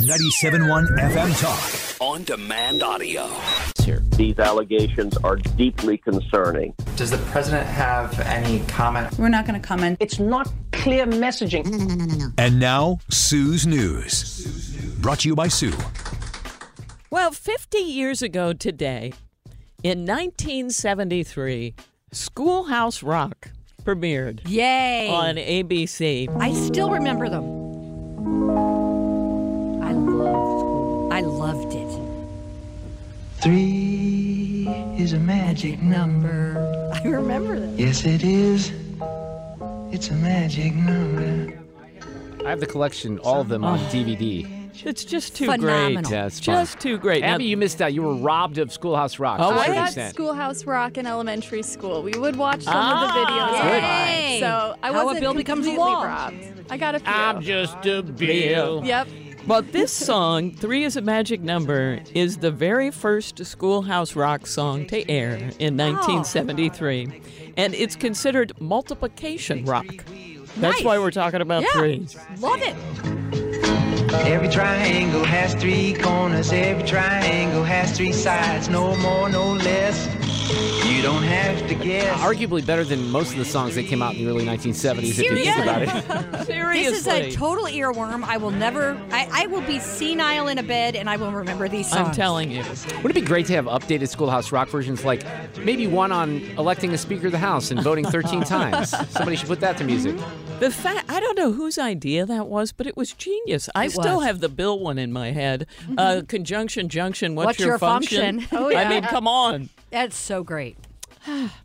97.1 FM Talk. On demand audio. These allegations are deeply concerning. Does the president have any comment? We're not going to comment. It's not clear messaging. No, no, no, no, no, no. And now, Sue's News. Brought to you by Sue. Well, 50 years ago today, in 1973, Schoolhouse Rock premiered Yay! on ABC. I still remember them. I loved school. I loved it. Three is a magic number. I remember them. Yes, it is. It's a magic number. I have the collection, all of them on DVD. It's just too Phenomenal. great. Yeah, it's fun. Just too great. Now, Abby, you missed out. You were robbed of Schoolhouse Rock. Oh, to a I certain had extent. Schoolhouse Rock in elementary school. We would watch some Ah, of the videos. Yay. So I How a wasn't bill becomes completely law. robbed. I got a few. I'm just a bill. Yep. Well, this song, Three is a Magic Number, is the very first Schoolhouse Rock song to air in 1973. And it's considered multiplication rock. That's Nice. why we're talking about Yeah. threes. Love it. Every triangle has three corners. Every triangle has three sides. No more, no less. You don't have to guess. Arguably better than most of the songs that came out in the early 1970s, if you think Seriously. about it. Seriously. This is a total earworm. I will never. I, I will be senile in a bed, and I will remember these songs. I'm telling you. Wouldn't it be great to have updated Schoolhouse Rock versions, like maybe one on electing a Speaker of the House and voting 13 times? Somebody should put that to music. The fact I don't know whose idea that was, but it was genius. I It still was. Mm-hmm. have the bill one in my head. Uh, conjunction, junction. What's, What's your, your function? Oh, I yeah. mean, come on. That's so great.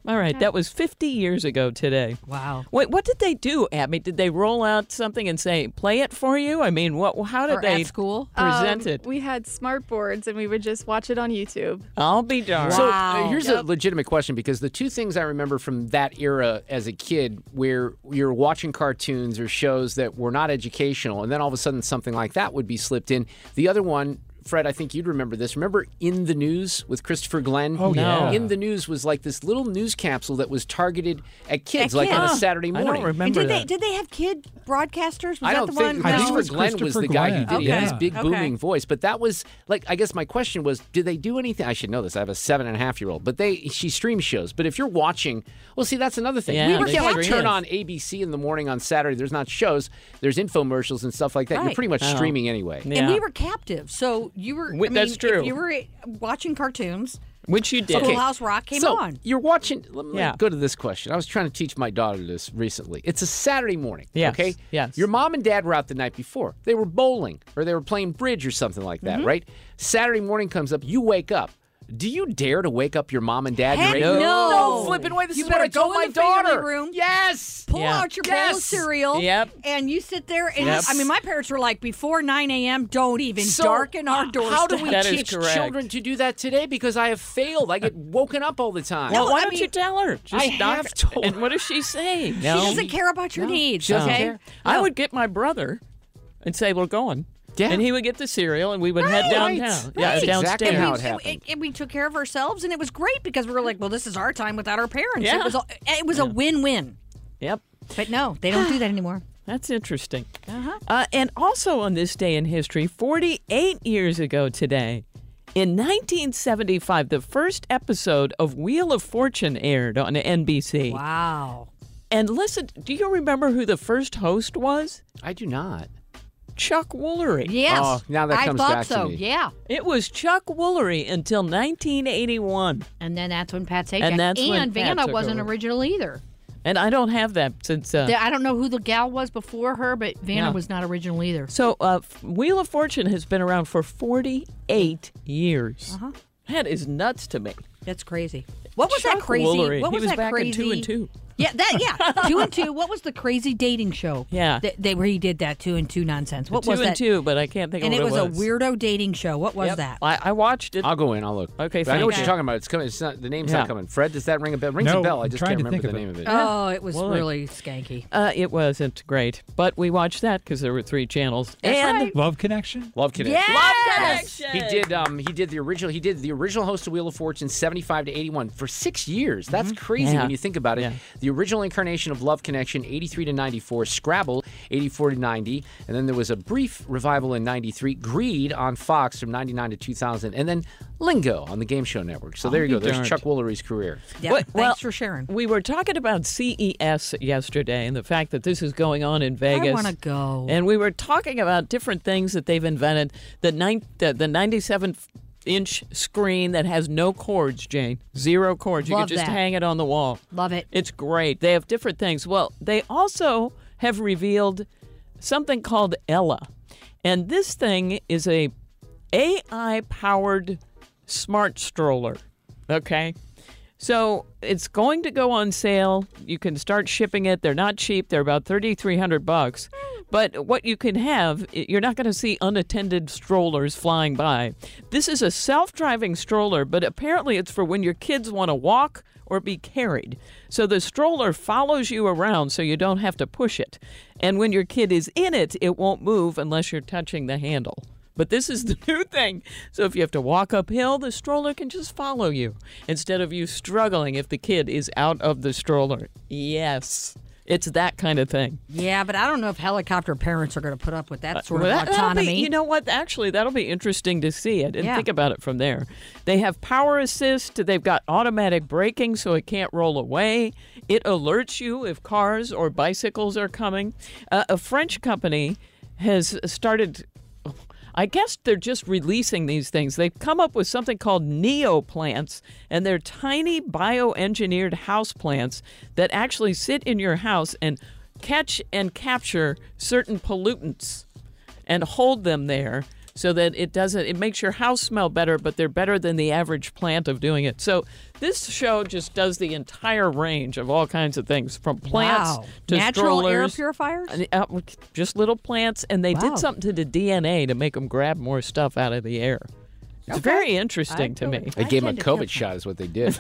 All right, that was 50 years ago today. Wow. Wait, what did they do, Abby? Did they roll out something and say, "Play it for you"? I mean, what? How did Or they at school? present Um, it? We had smart boards and we would just watch it on YouTube. I'll be darned. So Wow. uh, here's a legitimate question because the two things I remember from that era as a kid, where you're watching cartoons or shows that were not educational, and then all of a sudden something like that would be slipped in. The other one. Fred, I think you'd remember this. Remember In the News with Christopher Glenn? Oh, yeah. In the News was like this little news capsule that was targeted at kids, At like on a kids. Saturday I morning. don't And remember did they that. did they have kid broadcasters? Was I that don't the think one? Christopher No. Glenn was Christopher the guy who Glenn. did it. He had his Okay. big Okay. booming voice, but that was like I guess my question was, did they do anything? I should know this. I have a seven and a half year old, but they she streams shows. But if you're watching, well, see that's another thing. Yeah, we they can't like stream turn it. on ABC in the morning on Saturday. There's not shows. There's infomercials and stuff like that. You're Right. pretty much Oh. streaming anyway. Yeah. And we were captive, so you were. Wi- I mean, that's true. If you were eh, watching cartoons, Which you did. Full House Rock came so on. You're watching. Let me Yeah. go to this question. I was trying to teach my daughter this recently. It's a Saturday morning. Yes, Okay. yes. Your mom and dad were out the night before. They were bowling or they were playing bridge or something like Mm-hmm. that, right? Saturday morning comes up. You wake up. Do you dare to wake up your mom and dad? Heck and your- no. No flipping way. This You is what I better told go my in the family daughter. room. Yes. Pull Yeah. out your bowl Yes. of cereal. Yep. And you sit there, and Yep. I mean, my parents were like, before 9 a.m., don't even So, darken our uh, doorstep. How do we That is teach correct. children to do that today? Because I have failed. I get woken up all the time. well, why I don't mean- you tell her? Just I knock have it- told And her. what does she say? No. She doesn't care about your needs. doesn't okay? care. Um, I would get my brother and say, "We're going." Yeah. And he would get the cereal, and we would head Right. downtown. Right. Yeah, Exactly downstairs. how We- it happened. and- and we took care of ourselves, and it was great because we were like, well, this is our time without our parents. Yeah. It was a, it was a win-win. Yep. But no, they don't do that anymore. That's interesting. Uh-huh. and also on this day in history, 48 years ago today, in 1975, the first episode of Wheel of Fortune aired on NBC. Wow. And listen, do you remember who the first host was? I do not. Chuck Woolery. Yes. Oh, now that I comes thought back to so. me. Yeah. It was Chuck Woolery until 1981. And then that's when Pat Sajak And that's when and Pat Vanna took wasn't over. original either. And I don't have that since. Uh, There- I don't know who the gal was before her, but Vanna Yeah. was not original either. so, uh, Wheel of Fortune has been around for 48 years. Uh-huh. That is nuts to me. That's crazy. What was Chuck that crazy? Woolery. What He was, was that back in crazy? two and two. Yeah, that yeah. two and two. What was the crazy dating show? Yeah. that, that- where he did that two and two nonsense. What two was and that? two, but I can't think And of it what was, it was. a weirdo dating show. What was Yep. that? I, I watched it. I'll go in. I'll look. Okay, But I know what thank you're you. talking about. It's coming. It's not the name's Yeah. not coming. Fred, does that ring a bell? Rings No, a bell. I I'm just trying can't to remember think the of name of it. Oh, it was Well, I- really skanky. Uh, it wasn't great, but we watched that because there were three channels. and Love connection. Uh, Love Connection. Yes! He did. Um, he did the original. He did the original host of Wheel of Fortune, seventy-five to eighty-one, for six years. That's crazy Mm-hmm. Yeah. when you think about it. Yeah. The original incarnation of Love Connection, eighty-three to ninety-four, Scrabble, eighty-four to ninety, and then there was a brief revival in ninety-three, Greed on Fox from ninety-nine to two thousand, and then Lingo on the Game Show Network. So there you be go. darned. There's Chuck Woolery's career. Yeah, Well- thanks well- for sharing. We were talking about CES yesterday and the fact that this is going on in Vegas. I want to go. And we were talking about different things that they've invented. The nine, the, the 97 inch screen that has no cords, Jane. Zero cords. you Love can just that. hang it on the wall. Love it. It's great. They have different things. Well, they also have revealed something called Ella. And this thing is a AI powered smart stroller. Okay? So it's going to go on sale. You can start shipping it. They're not cheap. They're about thirty three hundred bucks. But what you can have, i- you're not going to see unattended strollers flying by. This is a self driving stroller, but apparently it's for when your kids want to walk or be carried. So the stroller follows you around so you don't have to push it. And when your kid is in it, it won't move unless you're touching the handle. But this is the new thing. So if you have to walk uphill, the stroller can just follow you instead of you struggling if the kid is out of the stroller. Yes. It's that kind of thing. yeah, but I don't know if helicopter parents are going to put up with that sort Uh, of Well, that- that'll be- autonomy. you know what? Actually, that'll be interesting to see. I didn't Yeah. think about it from there. They have power assist. They've got automatic braking so it can't roll away. It alerts you if cars or bicycles are coming. Uh, a French company has started. oh, I guess they're just releasing these things. They've come up with something called neo plants, and they're tiny bioengineered house plants that actually sit in your house and catch and capture certain pollutants and hold them there so that it doesn't it makes your house smell better but they're better than the average plant of doing it so this show just does the entire range of all kinds of things from plants wow. to Natural air strollers purifiers? and, uh, just little plants and they Wow. did something to the dna to make them grab more stuff out of the air it's very interesting to me They gave him a COVID shot, is what they did.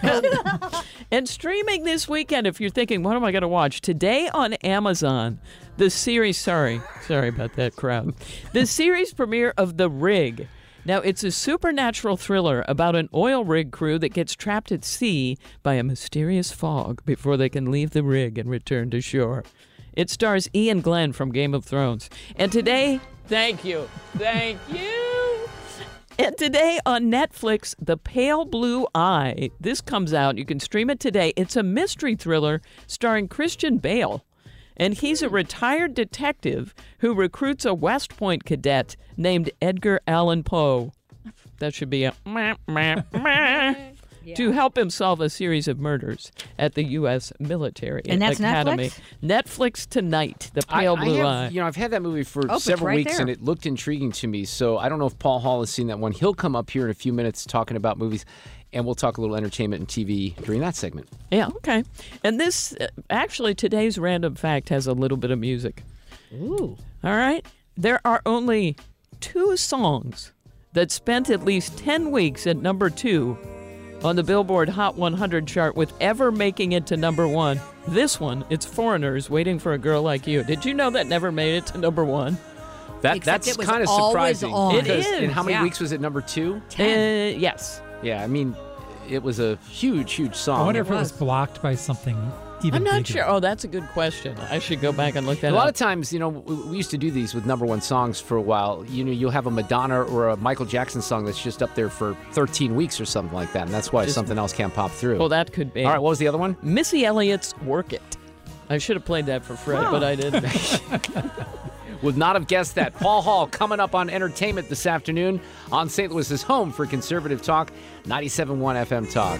and streaming this weekend, if you're thinking, what am I going to watch? Today on Amazon, the series, sorry, sorry about that crowd, the series premiere of The Rig. Now, it's a supernatural thriller about an oil rig crew that gets trapped at sea by a mysterious fog before they can leave the rig and return to shore. It stars Ian Glenn from Game of Thrones. And today, thank you, thank you. And today on Netflix, The Pale Blue Eye. This comes out. You can stream it today. It's a mystery thriller starring Christian Bale. And he's Hmm. a retired detective who recruits a West Point cadet named Edgar Allan Poe. That should be a meh, meh, meh, to help him solve a series of murders at the U.S. Military And that's Academy. Netflix? Netflix tonight, The Pale Blue have, Eye. You know, I've had that movie for Oh, it's several right weeks, there. and it looked intriguing to me. So I don't know if Paul Hall has seen that one. He'll come up here in a few minutes talking about movies, and we'll talk a little entertainment and TV during that segment. Yeah, okay. And this, uh, actually, today's random fact has a little bit of music. Ooh. All right. There are only two songs that spent at least 10 weeks at number two on the Billboard Hot 100 chart with ever making it to number one. This one, it's Foreigners Waiting for a Girl Like You. Did you know that never made it to number one? That Except that's it was kind of always surprising. on. It because- is, And how many yeah. weeks was it number two? Uh, yes. Yeah, I mean, it was a huge, huge song. I wonder if it was was. blocked by something even I'm not bigger. sure. Oh, that's a good question. I should go back and look that a lot up. of times, you know, we we used to do these with number one songs for a while. You know, you'll have a Madonna or a Michael Jackson song that's just up there for 13 weeks or something like that, and that's why something else can't pop through. well, that could be. All right, what was the other one? Missy Elliott's Work It. I should have played that for Fred, but I didn't. Would not have guessed that. Paul Hall coming up on entertainment this afternoon on St. Louis's home for conservative talk, 97.1 FM Talk.